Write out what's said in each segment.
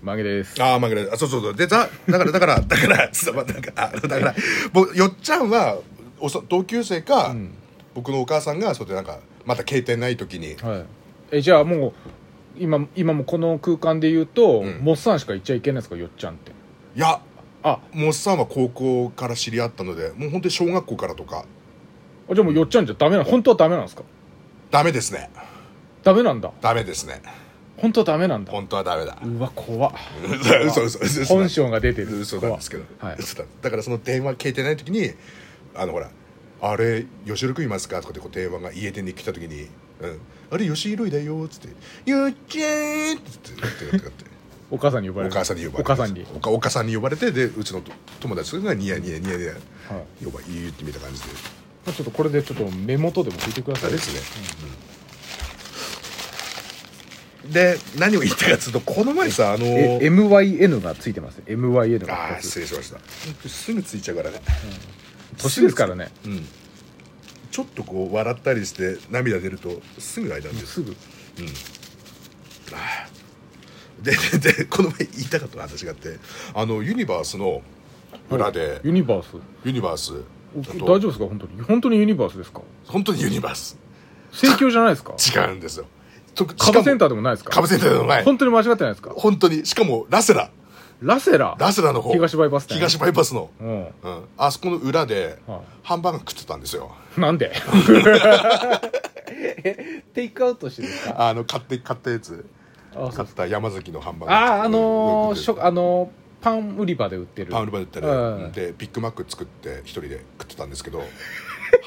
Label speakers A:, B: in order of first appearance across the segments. A: 曲げです。
B: ああ、まあぐらい。あそうそうそう。で、だ、だから、だから、だから、つまだから、あだから、僕、よっちゃんは、おそ同級生か、僕のお母さんが、そうで、なんか、また携帯ない時に、
A: はい。え、じゃあもう、今、今もこの空間で言うと、
B: うん
A: モッサンしか行っちゃいけないんですか、よっちゃんって。
B: いや、
A: あ、
B: モッサンは高校から知り合ったので、もう本当に小学校からとか、
A: あじゃあもうよっちゃんじゃダメなの本当はダメなんですか
B: ダメですね。
A: ダメなんだ。
B: ダメですね。
A: 本当はダメなんだ。
B: 本当はダメだ。
A: うわ、怖っ
B: 嘘、嘘、嘘、嘘。嘘
A: 本性が出てる。
B: 嘘なんですけど、
A: 怖っはい。
B: 嘘だだからその電話聞いてない時にあのほら「あれ吉くんいますか?」とかってこう電話が家出に来た時に「うん、あれ吉弘いだよ」っつって「よっちゃん」っつってってってって
A: お母さんに呼ばれ
B: お
A: る。
B: 母さんに呼ばれて
A: お母さんに。
B: おかお母さんに呼ばれてでうちのと友達がニヤニヤニヤニヤ
A: はい。
B: 呼ば言ってみた感じで
A: まあちょっとこれでちょっと目元でも聞いてくださ
B: あ
A: い。
B: れですね、うんで何を言ったかっつうとこの前さあの
A: え MYN がついてますね MYN
B: あ
A: が二
B: ー
A: つ
B: 失礼しましたすぐついちゃうからね
A: 年ですからね
B: うん、ちょっとこう笑ったりして涙出るとすぐ泣いたんです、
A: すぐ
B: うん、あーでででこの前言いたかった話があってあのユニバースの裏で
A: ユニバース
B: ユニバース
A: お
B: あ
A: 大
B: と
A: 丈夫ですか本当に本当にユニバース ですか
B: 本当にユニバース
A: 盛況じゃないですか
B: 違うんですよと
A: カブセンターでもないです
B: ーカ
A: か
B: ブセンターでもない
A: 本当に間違ってないですか
B: 本当にしかもラセラ
A: ラセラ
B: ラセラの方
A: 東バイパス店
B: 東バイパスの、
A: うん
B: うん、あそこの裏で
A: は
B: ハンバーガー食ってたんですよ
A: いなんでえ テイクアウトしてですか
B: あの買って買ったやつ
A: あそう
B: 買った山崎のハンバーガー
A: あーあのー
B: うん
A: しょあのーパン売り場で売ってる
B: パウルバで売った
A: う
B: ら
A: ん
B: でビッグマック作って一人で食ってたんですけど ハ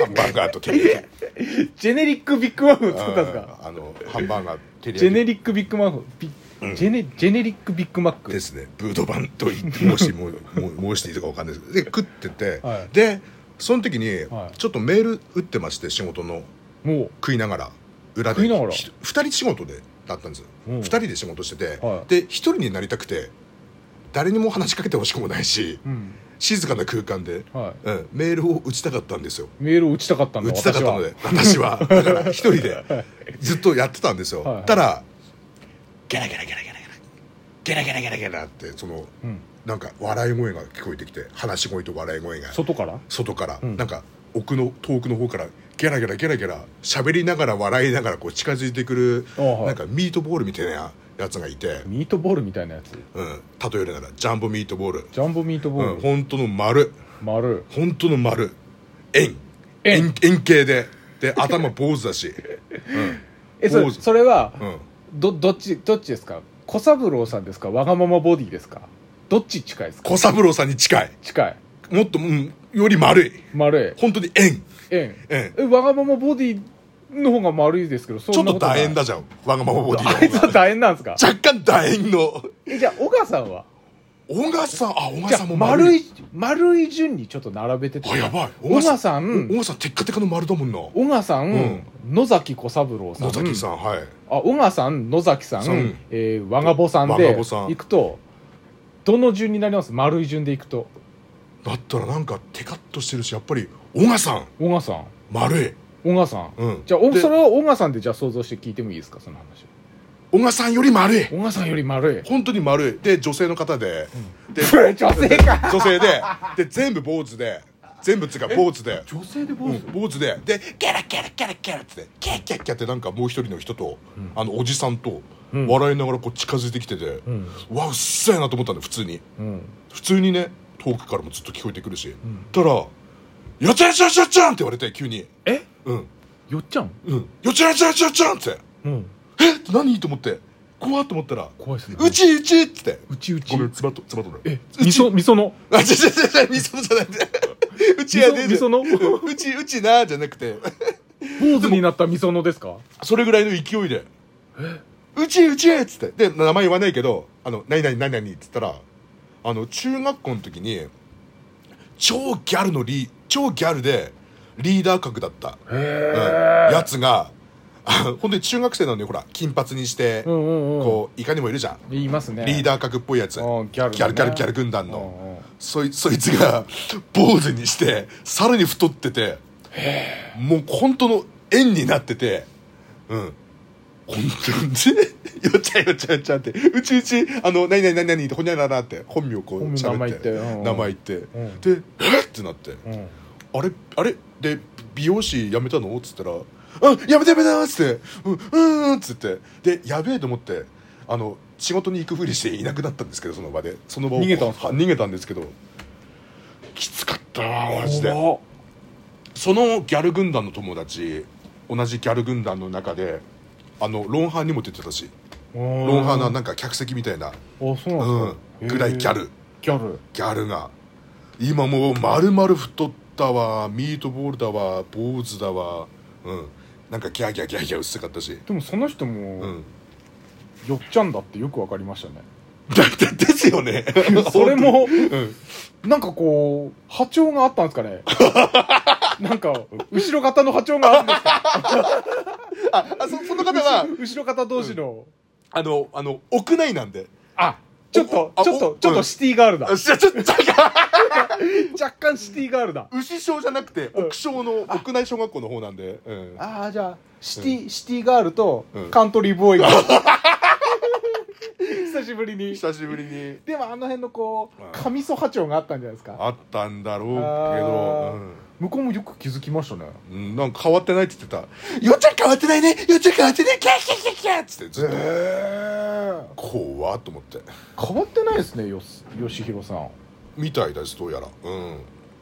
B: ンバーガーとテリヤキ
A: ジェネリックビッグマフを作ったんですか
B: あのハンバーガーテリ
A: ジェネ
B: ヤキ
A: リックビッグマフビ
B: うん
A: ジェネジェネリックビッグマック
B: ですねブードバンと言ってもしもう申していいとかわかんないですけどで食ってて、
A: はい
B: でその時に
A: はい
B: ちょっとメール打ってまして仕事の
A: も
B: 食いながら裏で
A: 食いながら
B: ひ二人仕事でだったんですよ
A: うん
B: 二人で仕事してて、
A: はい
B: で一人になりたくて誰にも話しかけてほしくもないし
A: う、うん
B: 静かな空間で、
A: はい、
B: うん、メールを打ちたかったんですよ
A: メールを打ちたかったんだ
B: 打ちたかったので私はだから一人でずっとやってたんですよ、
A: はいはい
B: たらゲラゲラゲラゲラゲラゲラゲラゲラゲラってその
A: 私はうん、
B: なんか笑い声が聞こえてきて話し声と笑い声が
A: 外から
B: 外から、
A: うん
B: なんか奥の遠くの方からゲラゲラゲラゲラ喋りながら笑いながらこう近づいてくる
A: あはい
B: なんかミートボールみたいなやつがいて、
A: ミートボールみたいなやつ
B: うん、例えるならジャンボミートボール、
A: ジャンボミートボ
B: うん、
A: ール、
B: 本当の丸
A: 丸
B: 本当の丸円
A: 円
B: 円円形でで頭坊主だし、
A: えそ
B: 坊
A: れ
B: 主
A: それは
B: うんうん、
A: どどっちどっちですか小三郎さんですかわがままボディですかどっち近いですか
B: 小三郎さんに近い
A: 近い
B: もっと、うん、より丸い
A: 丸
B: 本当に円
A: い円
B: 円
A: えわがままボディの方が丸いですけどそ
B: ちょっ
A: んなこ
B: と
A: とな
B: 楕
A: い
B: 円だじゃんわがままボディの
A: あいつは
B: 方が
A: 楕円なんですか
B: 若干楕円の
A: えじゃあ小川さんは
B: 小川さんあ小川
A: じゃ
B: さ
A: あ
B: んも
A: 丸
B: い
A: い丸い順にちょっと並べてて
B: あやばい
A: 小川さ
B: お小
A: ん
B: 川さんテッカテカの丸だもんな
A: 小川さん、
B: うん
A: 野崎小三郎さん
B: 野崎さんはい
A: あ小川さん野崎さん、
B: さん
A: えー、我が坊さん
B: 我が
A: で
B: 坊さん
A: 行くとどの順になります丸い順で行くと
B: だったらなんかテカッとしてるしやっぱり小川さん
A: 小川さん
B: 丸い
A: 小川さん、
B: うん
A: じゃあお
B: で
A: それを小川さんでじゃあ想像して聞いてもいいですかその話
B: 小川さんより丸い
A: 小川さんより丸い
B: 本当に丸いで女性の方で、 で
A: それ女性か
B: 女性でで全部坊主で全部つうか坊主で
A: 女性で坊
B: うん坊主ででキャラキャラキャラキャラってキャラキャラキャラってなんかもう一人の人と、あのおじさんと
A: うん
B: 笑いながらこう近づいてきてて、
A: ん
B: うわうっせえなと思ったんで普通に
A: うん
B: 普通にね遠くからもずっと聞こえてくるし、たら「よちゃよちゃよちゃよちゃん!」って言われて急に
A: え
B: 「うん
A: よっちゃん
B: うんよちゃよちゃよちゃよちゃん!」って
A: うん
B: 「えっ?」て何と思って怖っと思ったら「
A: 怖いっすね
B: うちうち!」って言って
A: うちうち
B: ごめんつばとつばとる
A: えみ
B: うち
A: そみその
B: あ、違う違う違う、みそじゃなくて。うちや
A: み
B: で。
A: そみその
B: うち、うちな、じゃなくて。
A: 坊主になったみそのですか
B: それぐらいの勢いで。うち、うちっつって。で、名前言わないけど、あの、何々、何々っつったら、あの、中学校の時に、超ギャルのリー、超ギャルで、リーダー格だった、うんやつが、あ本当に中学生なのに、ほら、金髪にして、
A: うんうんうん
B: こう、いかにもいるじゃん。
A: 言いますね
B: リー
A: ダ
B: ダー格っぽいやつ。ギ
A: うんギャルのね
B: ャル、ギャル、ギャル軍団の。
A: の
B: そいそいつが坊主にしてさらに太っててもう本当の円になっててうんほんとに よっちゃんよっちゃんよっちゃんってうちうちあの何々何々ってほにゃららって本名こう
A: 本名名前言
B: 喋っ
A: って
B: て
A: うん
B: 名前言って
A: うん
B: で「えっ!」ってなって
A: うん
B: あれあれで美容師辞めたのっつったら「うんやめたやめた」っつって「うんうん」っつってでやべえと思ってあの仕事に行くふりしていなくなったんですけどその場でその場を
A: 逃げたんすか
B: は逃げたんですけどきつかったなマジで
A: 怖っ
B: そのギャル軍団の友達同じギャル軍団の中であのロンハーにも出てたし
A: うん
B: ロンハーのなんか客席みたいな、
A: あそう
B: う
A: なん
B: ん
A: ですか、
B: ぐらいギャ
A: へ
B: ル
A: ーギャル
B: ギャルが今もう丸々太ったわミートボールだわ坊主だわうんなんかギャーギャーギャーギャー薄かったし
A: でもその人
B: う
A: も
B: ん
A: よっちゃんだってよくわかりましたね
B: だだ ですよ ね
A: それも
B: うん
A: なんかこう波長があったんですか ねなんか後ろ型の波長があるんです か
B: ああそその方は
A: 後ろ型同士の、
B: あのあの屋内なんで
A: あちょっと
B: おあ
A: ちょっ
B: お
A: とちょっ
B: うん
A: とシティガールだ
B: あじゃちょっと
A: 若干シティガールだ
B: 牛小じゃなくて
A: うん
B: 屋小の屋内小学校の方なんでうん
A: ああじゃあシティ、シティガールと
B: うん
A: カントリーボー イが、久しぶりに
B: 久しぶりに
A: でもあの辺のこ
B: うん
A: うカミソ波長があったんじゃないですか
B: あったんだろう
A: あ
B: けど
A: ー向こうもよく気づきましたね
B: うんうんなんか変わってないって言ってた「よっちゃん変わってないねよっちゃん変わってないキャーキャーキャーキャー」っつってずっと
A: え
B: 怖っと思って
A: 変わってないですねよすよしひろさん
B: みたいですどうやらうん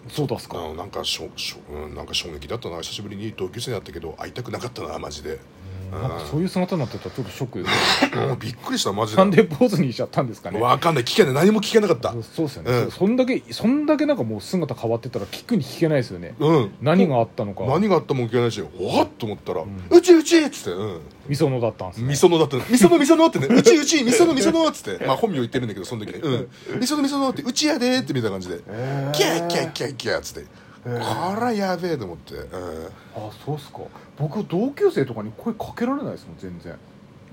A: そうですか
B: あなんかしょしょ、うん、なんか衝撃だったな久しぶりに同級生に会ったけど会いたくなかったなマジで、
A: なんかそういう姿になってたらちょっとショックですね
B: うんびっくりしたマジで
A: なんで坊主にしちゃったんですかね
B: わかんない聞けない何も聞けなかった
A: そうそうですよね、
B: うん
A: そんだけそんだけなんかもう姿変わってたら聞くに聞けないですよね
B: うん
A: 何があったのか
B: 何があったもん聞けないしわっと思ったら「うんちうち!」っつって「うん
A: みそのだったんですね
B: みそのだって、みそのみその ってね、うちうち、みそのみそのっつって、まあ本名言ってるんだけど、その時ね、うん、みそのみそのって、うちやでーってみたいな感じで、
A: えー
B: キャーキャーキャーキャーっつって、こらやべえと思って、うん
A: あそうっすか僕同級生とかに声かけられないですもん全然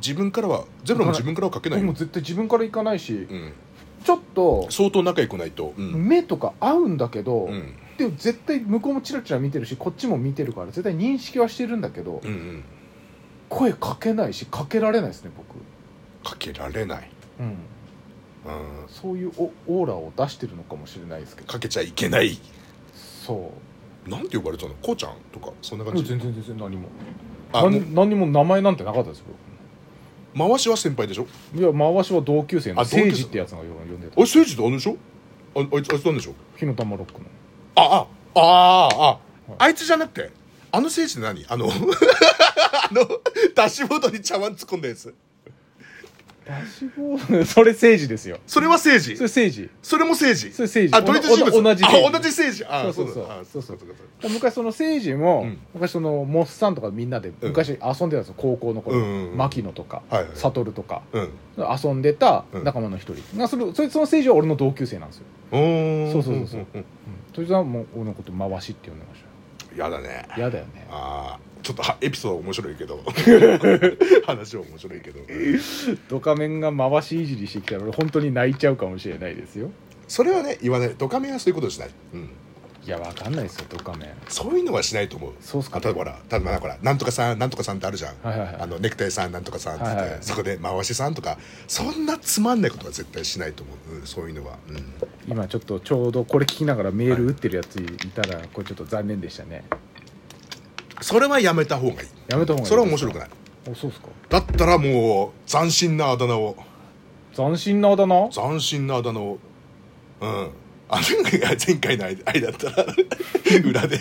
B: 自分からは、ゼブラも自分からはかけない
A: 僕も
B: よ。
A: 絶対自分から行かないし
B: うん、
A: ちょっと
B: 相当仲良くないと。うん。
A: 目とか合うんだけど、
B: うん。
A: でも絶対向こうもチラチラ見てるしこっちも見てるから絶対認識はしてるんだけど、
B: うんうん。
A: 声かけないしかけられないですね僕、
B: かけられない。
A: うん、
B: うん。
A: そういうオオーラを出してるのかもしれないですけど
B: かけちゃいけない。
A: そ
B: なんて呼ばれたのこうちゃんとか、そんな
A: う
B: 感
A: 全
B: じ。
A: 然全然何も
B: あ、
A: なん
B: も
A: 何にも名前なんてなかったですよ
B: う回しは先輩でしょ
A: いや回しは同級生の
B: あ同級生
A: 誠治ってやつが呼んで
B: あ
A: た
B: れ、聖治ってあれでしょああいつ、あいつなんでしょ
A: 火の玉ロックの
B: あ、あ、ああ、あ、
A: はい
B: あいつじゃなくて、あの選手って何あの、あ の、ダッシュボードに茶碗突っ込んだやつ。
A: ダッシュボードそれ政治ですよ
B: それは政治
A: それ政治
B: それも政治
A: それ政治
B: あ、同一人
A: お
B: 物。
A: お同じ
B: あ、
A: 政治
B: 同じ政治。あ、
A: そうそうそう
B: だあそうそうそう。
A: 昔その政治も、
B: うん
A: 昔そのモッサンとかみんなで
B: うん
A: 昔遊んでたんですよ高校の頃、
B: うんうんうん
A: 牧野とか、
B: はいはい
A: 悟とか
B: うん。
A: 遊んでた
B: うん
A: 仲間の一人、がそのそれその政治は俺の同級生なんですよ、
B: おー
A: そうそうそうそうん
B: ん
A: そいつはもう俺のこと回しって呼んでまし
B: んやだね。
A: たよ嫌だよね
B: あーちょっとはエピソード面白い けど話は面白いけど
A: ドカメンが回しいじりしてきたら俺本当に泣いちゃうかもしれないですよ
B: それはね言わないドカメンはそういうことしない、うん、
A: いやわかんないですよドカメン
B: そういうのはしないと思う
A: そうっすか
B: あ例えばほら例えばほらなんとかさんなんとかさんってあるじゃん、
A: はいはいはい
B: あのネクタイさんなんとかさんって言って、
A: はいはい
B: そこで回しさんとかそんなつまんないことは絶対しないと思う、うんそういうのは、うん
A: 今ちょっとちょうどこれ聞きながらメール打ってるやついたらこれちょっと残念でしたね
B: それはやめた方がいい
A: やめた方がいい
B: それは面白くない
A: おそうっすか
B: だったらもう斬新なあだ名を
A: 斬新なあだ名
B: 斬新なあだ名をうんあなんか前回のあれだったら裏で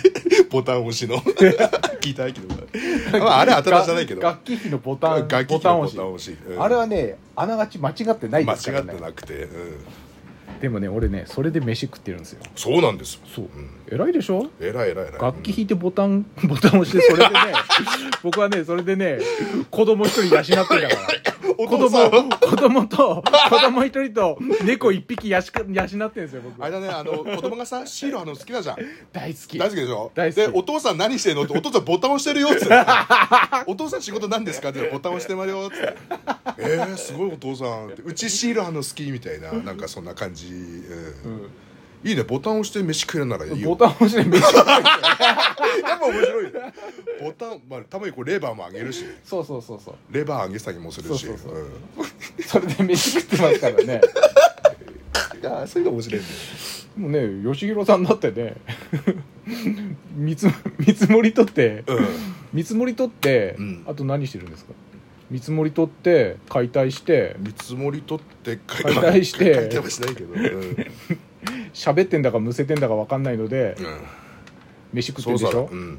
B: ボタン押しの聞いたけど、まあ、あれは当たらじゃないけど
A: 楽器機のボタン
B: 楽器
A: ボ
B: の
A: タン押し
B: うん
A: あれはねあながち間違ってない
B: 間
A: ですか
B: 違
A: ら
B: って
A: ね
B: なくて、うん、
A: でもね俺ねそれで飯食ってるんですよ
B: そうなんです
A: そう、
B: ん
A: 偉いでしょ
B: えらいえらいえらい
A: 楽器弾いてボタン、 ボタン押して、それでね、僕はね、それでね、子供一人養ってんだから。
B: お
A: 子
B: 父さん
A: 供、子供と、子供一人と、猫一匹やしか養ってんですよ、僕
B: あ。れだねあの子供がさシールあの好きだじゃん
A: 大好き。
B: 大好きでしょ
A: 大好き
B: でお父さん何してんのってお父さんボタン押してるよっつって お父さん仕事なんですかってボタン押してまるよっつってえー、すごいお父さんってうちシールあの好きみたいななんかそんな感じ、う
A: う
B: ん
A: ん
B: いいねボタン押して飯食えるならいいよ
A: ボタン押してめっちゃ
B: やっぱ面白いねボタン、まあ、たまにこうレバーも上げるし
A: そうそうそうそう
B: レバー上げ下げもするし
A: そうそうそう
B: うん
A: それで飯食ってますからね
B: いやーそういうの面白いね
A: もうね吉弘さんだってね見積も見積もり取って
B: う
A: 見積もり取って、
B: うん
A: あと何してるんですか見積もり取って解体して
B: ん見積もり取って解
A: 解体して
B: 解体はしないけど、う んうん
A: 喋ってんだかむせてんだか分かんないので、飯食って
B: そ
A: る
B: う
A: で
B: さ
A: しょ、
B: うん、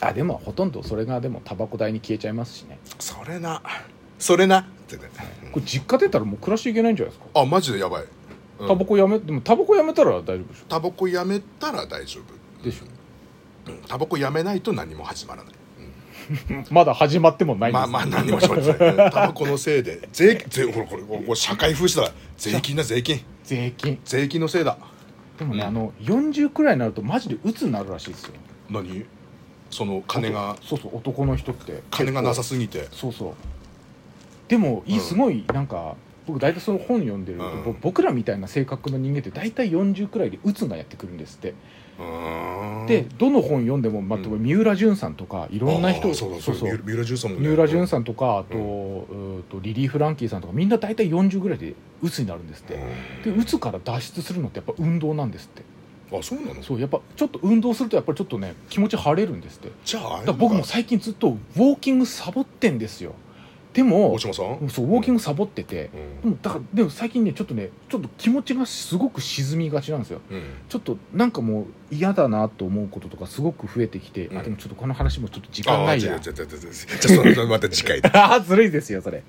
A: あでもほとんどそれがでもタバコ代に消えちゃいますしね
B: それなそれなってね
A: これ実家出たらもう暮らしていけないんじゃないですか、
B: あマジでやばい、うん
A: タバコやめでもタバコやめたら大丈夫でし
B: タバコやめたら大丈
A: ょでしょ
B: 夫、うん、タバコやめないと何も始まらない、
A: まだ始まってもないんです
B: まあまあ何も始まら ないうんタバコのせいで税税ほらこれこれこれ社会風刺だ税金だ税金
A: 税金
B: 税金のせいだ
A: でもね、
B: うん
A: あの40くらいになるとマジで鬱になるらしいですよ
B: 何その金が
A: そうそう男の人って
B: 金がなさ
A: 結
B: すぎて
A: 構そうそうでもいい、
B: うん
A: すごいなんか僕大体その本読んでると、
B: うん
A: ぼ僕らみたいな性格の人間って大体40くらいで鬱がやってくるんですって、
B: うーん
A: でどの本読んでも、まあ、
B: うん
A: 例えば三浦淳さんとかいろんな人、
B: あーそうだそうだ三浦淳さんもね
A: 三浦淳さんとかあと,、うーとリリー・フランキーさんとかみんな大体40ぐらいで鬱になるんですって、
B: う
A: で鬱から脱出するのってやっぱ運動なんですって
B: んあそうなの
A: そうやっぱちょっと運動するとやっぱりちょっとね気持ち晴れるんですってだ
B: じゃああ
A: か
B: れな
A: ら
B: ん
A: 僕も最近ずっとウォーキングサボってんですよでも
B: 大島さん
A: そうウォーキングサボってて、
B: う
A: で
B: ん
A: もだからでも最近ねちょっとねちょっと気持ちがすごく沈みがちなんですよ
B: うん
A: ちょっとなんかもう嫌だなと思うこととかすごく増えてきて、
B: うん
A: あでもちょっとこの話もちょっと時間
B: あ
A: な
B: あ
A: い
B: じゃ
A: や
B: あじゃあじゃあじゃあじゃあそれはまた次回だ
A: あ あずるいですよそれ